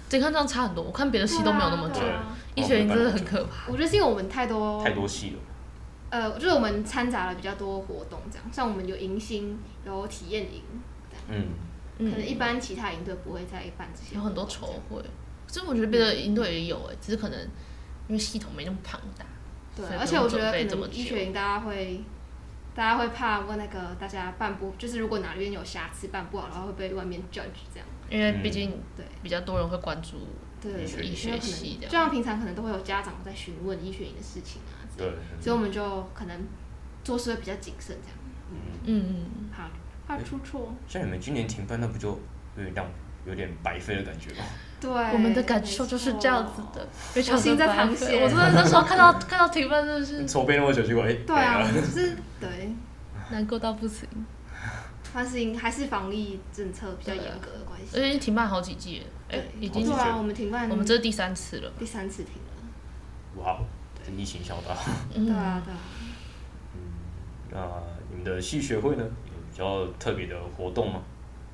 健康这样差很多。我看别的系都没有那么久
对，啊
医
哦
学营真的很可怕。
我觉得是因为我们太多
太多戏了，
呃，就是我们掺杂了比较多活动，这样，像我们有迎新，有体验营，
嗯，
嗯
可能一般其他营队不会再办这些活动，
有很多筹会，其实我觉得别的营队也有哎、只是可能因为系统没那么庞大。
对
所以，
而
不
且
用
我觉得
准备
可
这么
能
久
医学营大家会，大家会怕问那个大家办不，就是如果哪边有瑕疵办不好的话，会被外面 judge 这样。
因为毕竟
对
比较多人会关注，
对，
医学
营
因为可
医学系
能
这
就
样
像平常可能都会有家长在询问医学营的事情啊之类
对
的，，所以我们就可能做事会比较谨慎这样，
嗯，
嗯嗯，
怕怕出错。
像你们今年停办，那不就有点让有点白费的感 觉吗？
对，
我们的感受就是这样子的。非常
我心在
白
淌
费
血
我真的那时候看到 看到停办真的是
筹备那么久，结果哎，
没错。对啊，
没
我
了
们就是对，
难过到不行，
但是还是防疫政策比较严格的关
而
系。
且已经停办好几届，哎、
对，
已经
对啊，我们停办，
我们这是第三次了吧，
第三次停了。
哇，这疫情小到。
对
嗯，
啊，对啊。
那你们的系学会呢，有比较特别的活动吗？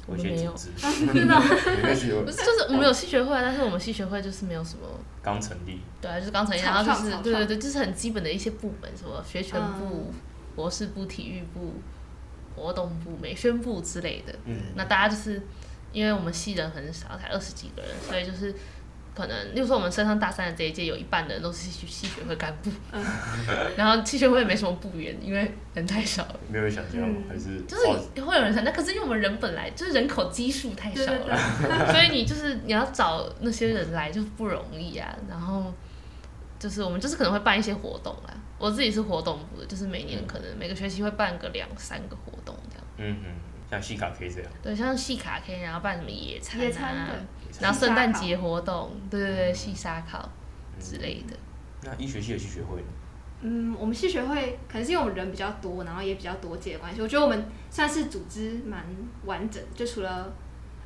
我
有一
们
些组
没有
织，
真 的
你们系学
不
会
是就是我们有系学会啊，但是我们系学会就是没有什么。
刚成立，
对啊，就是刚才一样，
草
然后
创
就是
草创
对对对，就是很基本的一些部门，什么学权部
嗯、
博士部、体育部、活动部、美宣部之类的。
嗯，
那大家就是因为我们系人很少，才二十几个人，所以就是可能，例如说我们升上大三的这一届，有一半的人都是系系学会干部，
嗯
然后系学会也没什么部员，因为人太少了。
没有人想这样吗？
嗯
还是
就是有会有人参加，可是因为我们人本来就是人口基数嗯太少
对对
了， 所以你就是你要找那些人来就不容易啊。然后就是我们就是可能会办一些活动啦，我自己是活动部的，就是每年可能每个学期会办个两三个活动这样。
嗯嗯，像西卡可以这样，
对，像戏卡可以，然后办什么野餐
野餐
啊，
对。嗯
然后圣诞节活动，对对对，戏沙烤之类的。
那医学系的系学会呢，
嗯，我们系学会可能是因为我们人比较多，然后也比较多届的关系，我觉得我们算是组织蛮完整。就除了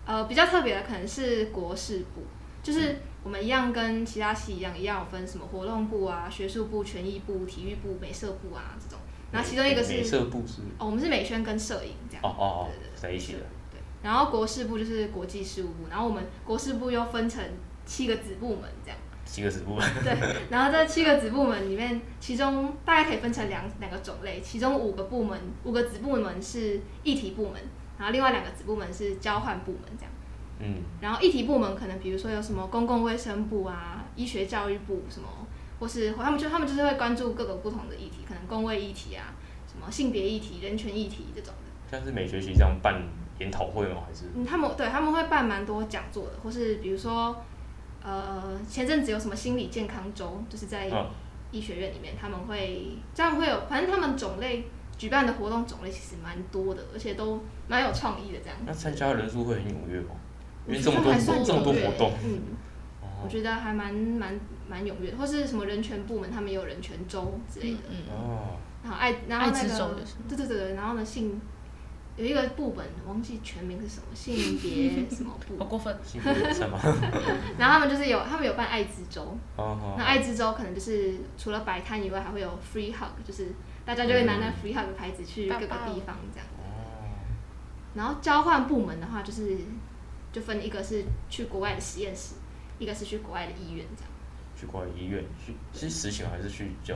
呃比较特别的，可能是国事部，就是我们一样跟其他系一样，一样有分什么活动部啊、学术部、权益部、体育部、美社部啊这种。然后其中一个
美
是
社部是，
哦，我们是美宣跟摄影这样。
哦哦哦
对对，对
在一起的，
对，然后国事部就是国际事务部，然后我们国事部又分成七个子部门这样。
七个子部 门，
对， 然后这七个子部门里面，其中大概可以分成两两个种类，其中五个部门，五个子部门是议题部门，然后另外两个子部门是交换部门这样。
嗯，
然后议题部门可能比如说有什么公共卫生部啊、医学教育部什么，或是他们就他们就是会关注各个不同的议题，可能公卫议题啊、什么性别议题、人权议题这种的。
像是每学期这样办研讨会吗？还是
嗯，他们对他们会办蛮多讲座的，或是比如说，呃，前阵子有什么心理健康周，就是在
嗯
医学院里面，他们会这样会有，反正他们种类举办的活动种类其实蛮多的，而且都蛮有创意的这样。
那参加的人数会很踊跃吗？因
我
为
觉
这
得
么多
还算
这么多
踊跃
活动，
嗯，我
哦
觉得还蛮蛮蛮踊跃的，或是什么人权部门，他们也有人权周之类的。
嗯
哦，
然后爱，然后
爱
那
之
个
周也是吗，
对对对对，然后呢性有一个部本，忘记全名是什么，性 别什么部
好，过分。
幸福友 善吗？
然后他们就是有他们有办爱之周，
哦哦，
那爱之周可能就是除了摆摊以外，还会有 free hug，就是大家就会拿
嗯
那 free hug 的牌子去各个地方这样。
哦
然后交换部门的话，就是就分一个是去国外的实验室，一个是去国外的医院这样。
去国外医院去是实行还是去教？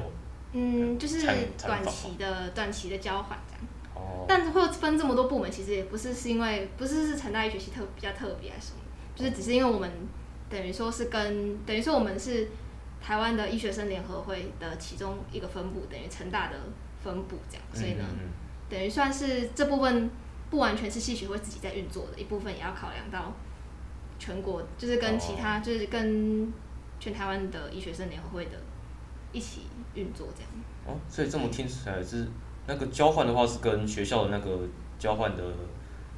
嗯，就是
参参访
短期的短期的交换这样。
哦，
但是会分这么多部门，其实也不是是因为不是是成大医学系特比较特别还是啊什么，就是只是因为我们等于说是跟等于说我们是台湾的医学生联合会的其中一个分部，等于成大的分部这样，所以呢，
嗯，嗯
等于算是这部分不完全是系学会自己在运作的一部分，也要考量到全国，就是跟其他、
哦
就是跟全台湾的医学生联合会的一起运作这样。
嗯哦，所以这么听起来是那个交换的话是跟学校的那个交换的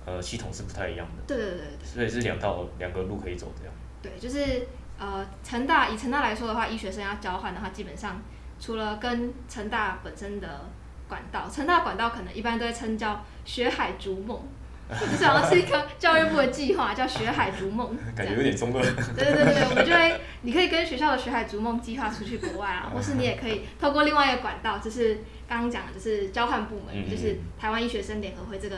呃系统是不太一样的，
对对对对。
所以是两道两个路可以走这样。
对，就是呃，成大以成大来说的话，医学生要交换的话，基本上除了跟成大本身的管道，成大管道可能一般都会称叫“学海逐梦”，就是好像是一个教育部的计划，叫“学海逐梦” 这
感
样
觉有。点中二，
对啊对对对，我们就会，你可以跟学校的“学海逐梦”计划出去国外啊，或是你也可以透过另外一个管道，就是刚刚讲的，就是交换部门，
嗯
就是台湾医学生联合会这个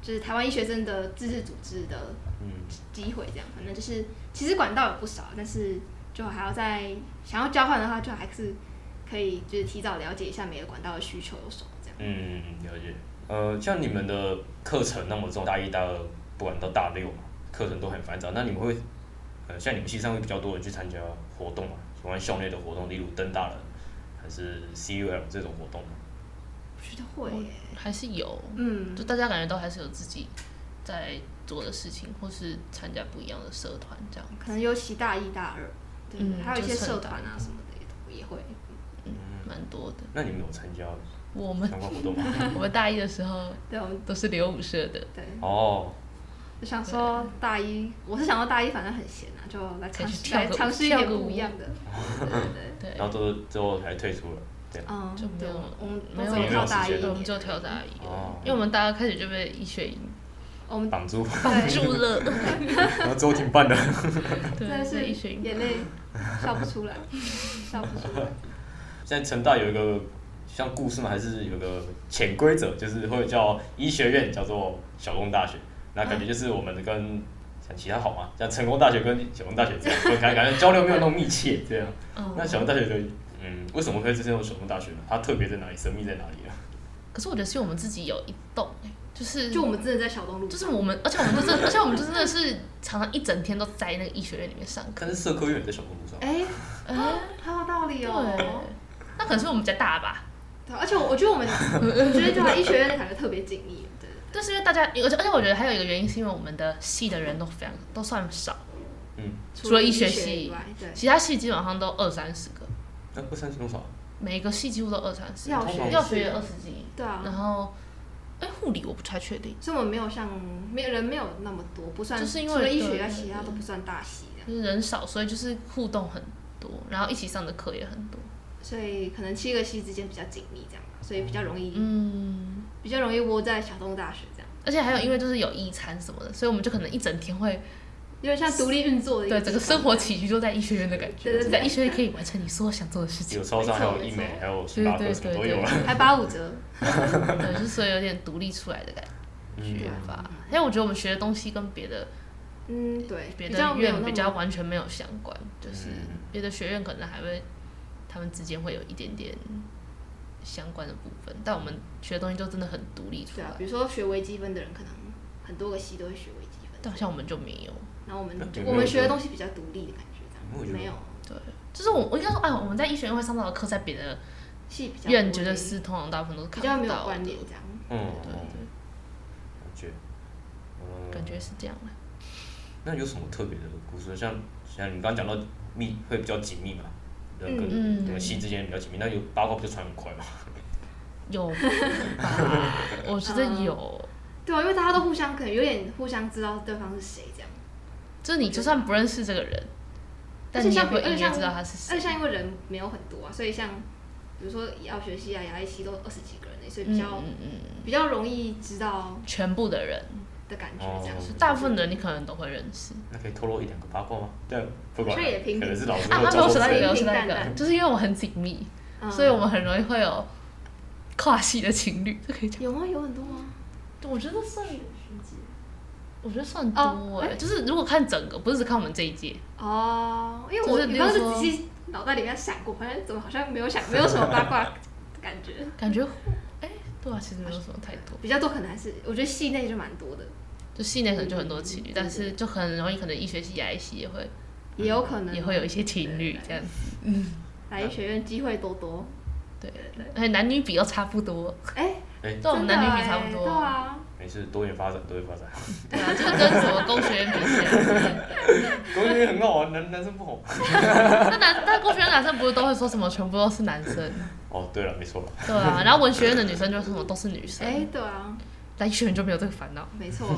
就是台湾医学生的自治组织的
嗯，
机会，这样反正就是其实管道有不少，但是就还要在想要交换的话，就还是可以就是提早了解一下每个管道的需求有什么这样。
嗯，了解。呃，像你们的课程，那么从大一、大二，不管到大六嘛，课程都很繁杂。那你们会，呃，像你们系上会比较多人去参加活动嘛？有关校内的活动，例如登大人还是 CUL 这种活动吗？
我觉得会耶，
还是有，
嗯
就，大家感觉都还是有自己在做的事情，或是参加不一样的社团这样。
可能尤其大一大二，对，
嗯
还有一些
就社
社团
团
啊什么的也都也会。
蛮多的。
那你们有参加
我们
相关活动吗？
我们大一的时候
对，我们
都是留舞社的，
对，
哦，
就想说大一，我是想说大一反正很闲啊，就来尝
可以去
试
跳
来
个舞
尝试一
跳
点
个舞
不一样的。对对 对，
对，
然后都之后还退出了。
嗯，
就没
对
有
我们
没有
我们都只有跳大一
时
一
间
年，
对我们就跳大一
哦
了，因为我们大二开始就被医学营
我们
绑住，
对
住了，
然后之后停办了。
对，
真的
被
是
医学营
眼泪笑不出来， 笑不出来。
现在成大有一个像故事嘛，还是有个潜规则，就是会叫医学院叫做小工大学，那感觉就是我们跟像其他好嘛，像成功大学跟小工大学这
哦
样，我感感觉交流没有那么密切这样。
嗯
那，小工大学的嗯，为什么会是这种小工大学呢？它特别在哪里？神秘在哪里啊？
可是我觉得是因为我们自己有一栋、欸，就是
就我们真的在小东路，
就是我们，而且我们就真的，而且我们就真的是常常一整天都在那个医学院里面上课。
可是社科院也在小工路上。
哎、
哎、
好有道理
对
哦。，
那可能是我们比较大吧。
对，而且我我觉得我 们，我觉得对啊医学院的感觉特别紧密，对对
但是因为大家，而且而且我觉得还有一个原因是因为我们的系的人都非常都算少，
对。
除了医学
系
系
以外，对，
其他系基本上都二三十个，
那不三是多少？
每一个系几乎都二三十，
药学
药学也二十几，
对
然
啊，
后哎护理我不太确定，
所以我们没有像没有人没有那么多，不算，
就是因为
除了医学以
对
外，
对
其他都不算大系这样，
就是人少，所以就是互动很多，然后一起上的课也很多。
所以可能七个系之间比较紧密这样吧，所以比较容易、
嗯，
比较容易窝在小东大学这样，
而且还有因为就是有一餐什么的，所以我们就可能一整天会
有点像独立运作的一
对
个
整个
地方
生活起居都在医学院的感觉，
对对对
就在医学院可以完成你所有想做的事情
有，超商，还有医
没
美
错，
还有星巴克，什么都有了。啊
还八五折，
对，就是所以有点独立出来的感
嗯
啊
觉吧。因为我觉得我们学的东西跟别的
嗯，对，
别
较
的
没有那
院
么
比较完全没有相关，就是
嗯
别的学院可能还会他们之间会有一点点相关的部分，但我们学的东西就真的很独立出
对
来
啊，。比如说学微积分的人，可能很多个系都会学微积分，
但好像我们就没有，
然后我们
那有没有
我们学
这
的
种
东西比较独立的感觉，
有没
这
有
样没有
对，就是我我应该说，哎，我们在医学院会上到的课，在别的
系比较
院
不
觉得
会
是通常大部分都是
比
看
较没
不
有
到的
关，联这样。
嗯，
对
感
对，
觉，嗯，
感觉是这样的。
那有什么特别的故事？像像你刚刚讲到密会比较紧密嘛，人跟
嗯嗯
你们系之间比较紧密，那有八卦不就传很快嘛？
有吧？我觉得有，
对啊，因为大家都互相可能有点互相知道对方是谁这样，
就是你就算不认识这个人，但你也会隐约知道他是
而且
谁。
像因为人没有很多啊，所以像比如说药学系啊、牙医系都二十几个人欸，所以
嗯
比较、
嗯嗯，
比较容易知道
嗯全部的人，
的感觉
哦
这样。
就大部分的人你可能都会认识。
那可以透露一两个八卦吗？对，不管
这也平
可能是老师或
啊，他没有
教
说
授
到一
之类
个，
的
我说到一
平
个
淡，淡
就是因为我很紧密，
嗯
所以我们很容易会有跨系的情侣，这可以讲。
有吗？有很多吗？
我觉得算，我觉得算
哦
多
哎
哎，就是如果看整个，不是只看我们这一届，
哦，因为
就
我
是
你
比
刚
如
刚
说
是仔细脑袋里面闪过，反正怎么好像没有想，没有什么八卦 的感觉，
感觉哎，对啊，其实没有什么太多。
比较多可能还是我觉得系内就蛮多的，
就系内可能就很多情侣，但是就很容易，可能医学系、牙医系也会
也有可能
嗯也会有一些情侣这样子，
来医学院机会多多。
对
对对，
而且男女比又差不多，
哎，
哎，
对我们
真的
男
哎
女比差不
对
多，
啊，
没事，多元发展，多元 发展。
对啊，就是跟什么工学院比起来，
公学很好玩，啊男男生不好。
那男但工学院男生不是都会说什么全部都是男生，
哦，对了，没错了，
对啊，然后文学院的女生就说什么都是女生，
哎，对啊，
但医学院就没有这个烦恼，
没 错，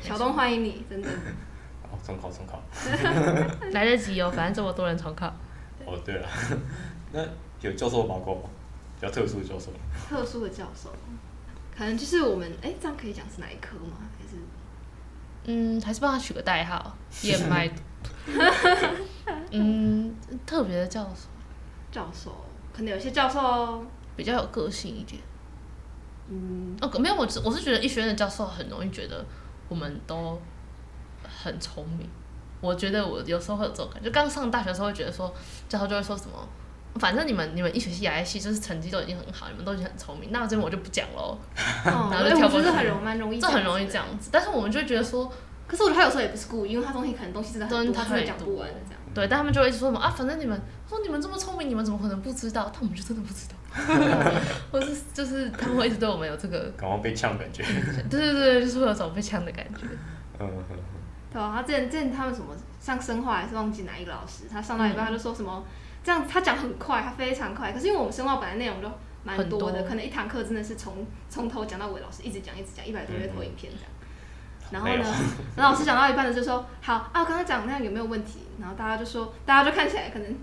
小东欢迎你，真的。
哦，重考重考。
来得及哦，反正这么多人重考，
哦，对了， 那有教授八卦吗？比较特殊的教授，
特殊的教授，可能就是我们哎，这样可以讲是哪一科吗？还是
嗯，还是帮他取个代号，燕 麦，嗯，特别的教授
教授？可能有些教授
比较有个性一点，
嗯，
哦，没有，我是我是觉得医学院的教授很容易觉得我们都很聪明。我觉得我有时候会有这种感觉，就刚上大学的时候会觉得说，教授就会说什么，反正你们你们医学系、牙医系就是成绩都已经很好，你们都已经很聪明，那这边我就不讲喽，
哦，
然后就
对，
跳
我
过
觉得
去
很容蛮容易，
这很容易这。样子。但是我们就会觉得说，
可是我觉得他有时候也不是故意，因为他东西可能东西真的很
真
多，
的
他真的
太
讲不
多
完的这样。
对，但他们就会一直说什么啊，反正你们说你们这么聪明，你们怎么可能不知道？但我们就真的不知 道，或是就是他们会一直对我们有这个，
刚刚被呛的感觉。
对对对，就是会有种被呛的感觉。
嗯，嗯
对啊，他之前之前他们什么上生化还是忘记哪一个老师，他上到
嗯
一半他就说什么、这样，他讲很快，他非常快。可是因为我们生化本来内容就蛮多的，
很多
可能一堂课真的是从从头讲到尾，老师一直讲一直讲，一百多页投影片这样。然后
没有
呢，然后老师讲到一半的就说：“好啊，我刚刚讲那样有没有问题？”然后大家就说，大家就看起来可能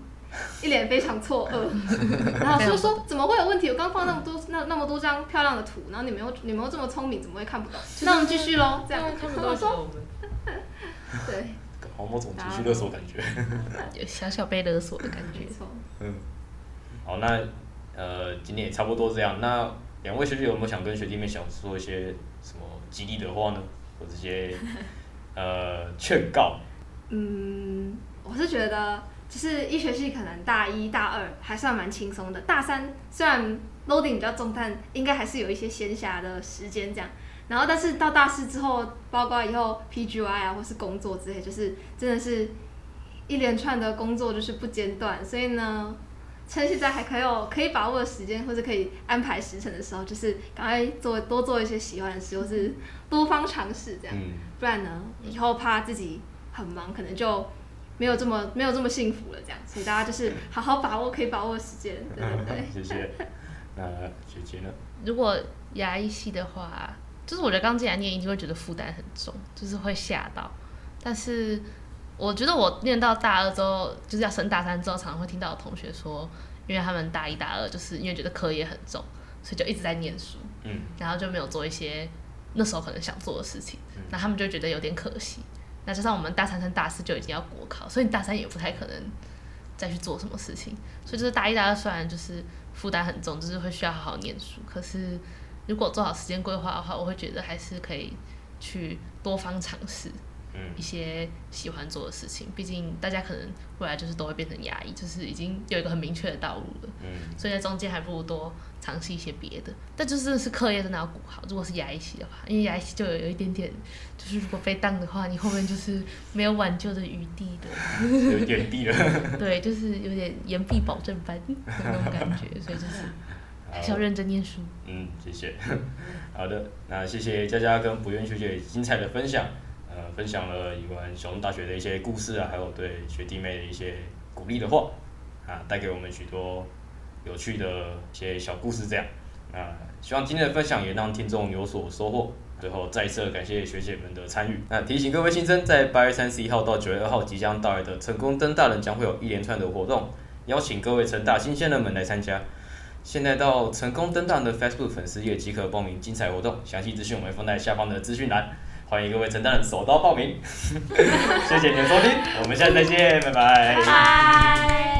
一脸非常错愕， 然后老师就说：“怎么会有问题？我刚放那么多那那么多张漂亮的图，然后你们又你们又这么聪明，怎么会看不懂？那我们继续喽。”这样
对，他啊 们都会觉得我们
对，
好某种情绪勒索感觉。
有小小被勒索的感觉
没。错。
嗯，好，那呃，今天也差不多这样。那两位学弟有没有想跟学弟妹想说一些什么激励的话呢？或者一些呃劝告？
嗯，我是觉得，就是医学系可能大一大二还算蛮轻松的，大三虽然 loading 比较重，但应该还是有一些闲暇的时间这样。然后，但是到大四之后，包括以后 PGY 啊，或是工作之类，就是真的是一连串的工作就是不间断，所以呢。趁现在还可以有可以把握的时间，或者可以安排时辰的时候，就是赶快做多做一些喜欢的事，或是多方尝试这样。
嗯，
不然呢，以后怕自己很忙，可能就没有这么没有这么幸福了，这样。所以大家就是好好把握可以把握的时间，对对
。谢
对
谢。那姐姐呢？
如果牙医系的话，就是我觉得刚进来念一定会觉得负担很重，就是会吓到。但是我觉得我念到大二之后，就是要升大三之后，常常会听到有同学说，因为他们大一大二就是因为觉得课业很重，所以就一直在念书，
嗯，
然后就没有做一些那时候可能想做的事情
嗯，
那他们就觉得有点可惜。那加上我们大三升大四就已经要国考，所以你大三也不太可能再去做什么事情。所以就是大一、大二虽然就是负担很重，就是会需要好好念书，可是如果做好时间规划的话，我会觉得还是可以去多方尝试
嗯
一些喜欢做的事情。毕竟大家可能未来就是都会变成牙医，就是已经有一个很明确的道路了。
嗯
所以在中间还不如多尝试一些别的。但就是真的是课业真的要顾好，如果是牙医系的话，因为牙医系就有有一点点，就是如果被当的话，你后面就是没有挽救的余地的。
有点低了。
对，就是有点言必保证班的那种感觉，所以就是还是要认真念书。
嗯，谢谢。 好的，那谢谢佳佳跟不愿学姐精彩的分享，呃，分享了有关小东大学的一些故事啊，还有对学弟妹的一些鼓励的话啊，带给我们许多有趣的一些小故事这样。那希望今天的分享也让听众有所收获。最后再次感谢学姐们的参与。那提醒各位新生，在八月三十一号到九月二号即将到来的成功登大人将会有一连串的活动，邀请各位成大新鲜人们来参加。现在到成功登大的 Facebook 粉丝页即可报名精彩活动，详细资讯我们会放在下方的资讯栏，欢迎各位陈大人手 刀报名。谢谢你的收听，我们下次再见，拜拜
拜。拜。